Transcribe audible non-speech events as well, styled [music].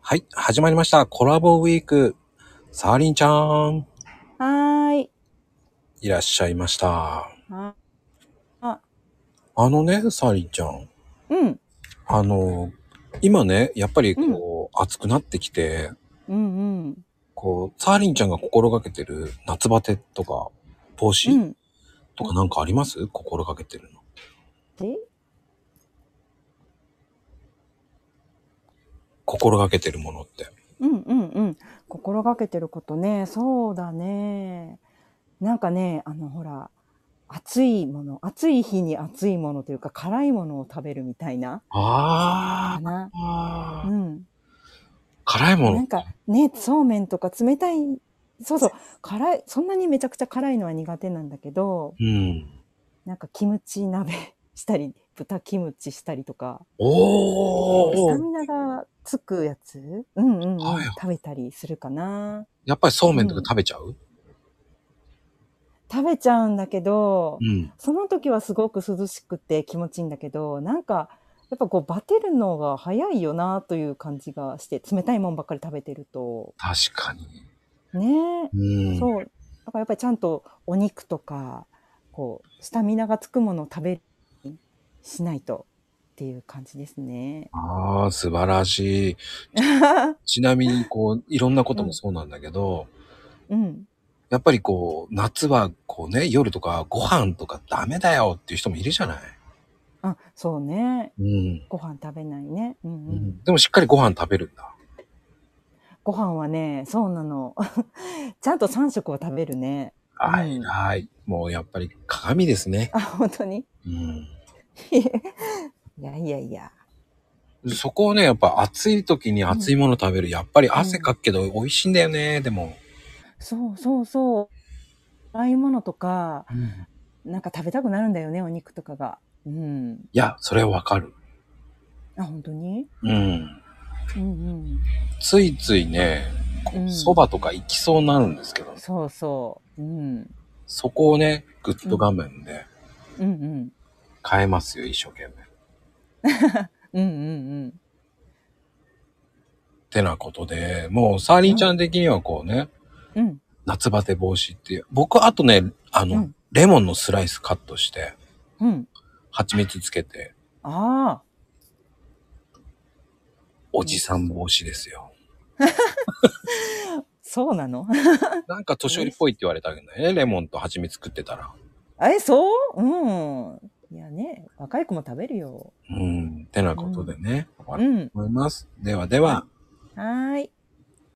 はい、始まりました。コラボウィーク。サーリンちゃん、はーい。いらっしゃいました。ああのね、サーリンちゃん。うん。あの、今ね、やっぱりこう、暑くなってきて、うんうん。こう、サーリンちゃんが心がけてる夏バテとか、帽う子ん。とかなんかあります、心がけてるの。え心がけてるものって。うんうんうん。心がけてることね。そうだね。なんかね、あの、ほら、暑いもの、暑い日に暑いものというか、辛いものを食べるみたいな。あかな。うあ、ん。辛いもなのん。かね、そうめんとか冷たい、そうそう、辛い、そんなにめちゃくちゃ辛いのは苦手なんだけど、うん。なんかキムチ鍋したり、豚キムチしたりとか。スおターミナがつくやつ、うんうんうんはい食べたりするかな。やっぱりそうめんとか食べちゃう、食べちゃうんだけど、うん。その時はすごく涼しくて気持ちいいんだけど、なんか、やっぱこうバテるのが早いよなという感じがして、冷たいもんばっかり食べてると。確かに。ねうん。そう。だからやっぱりちゃんとお肉とか、こう、スタミナがつくものを食べるようにしないとっていう感じですね。ああ、素晴らしい。ちなみに、こう、いろんなこともそうなんだけど、 [laughs] うん。やっぱりこう、夏はこうね、夜とかご飯とかダメだよっていう人もいるじゃない。あ、そうね。うん。ご飯食べないね。うんうんでもしっかりご飯食べるんだ。ご飯はね、そうなの。 [laughs] ちゃんと3食は食べるね。はい、はい。もうやっぱり鏡ですね。あ、本当に [laughs] うん。いやいやいや。そこをね、やっぱ暑い時に熱いもの食べる。やっぱり汗かくけど美味しいんだよね、でも。そうそうそう。ああいうものとか、いなんか食べたくなるんだよね、お肉とかが。うん。や、それはわかる。あ、本当にうん。うんついついね、うん。うん、そばとか行きそうになるんですけど、そうそう。うん。そこをね、グッと画面で、うんうん。変えますよ、一生懸命。っうんうんてなことで、もう、サーリンちゃん的にはこうね、うん。うん。夏バテ防止っていう。僕、あとね、あの、うんレモンのスライスカットして、うん。蜂蜜つけて、ああ。おじさん防止ですよ。そうなの [laughs] なんか年寄りっぽいって言われたわけだよね、レモンと蜂蜜食ってたら。え、そううん。いやね、若い子も食べるよ。うん、ってなことでね、終わうりん。と思います。ではでは。はーい。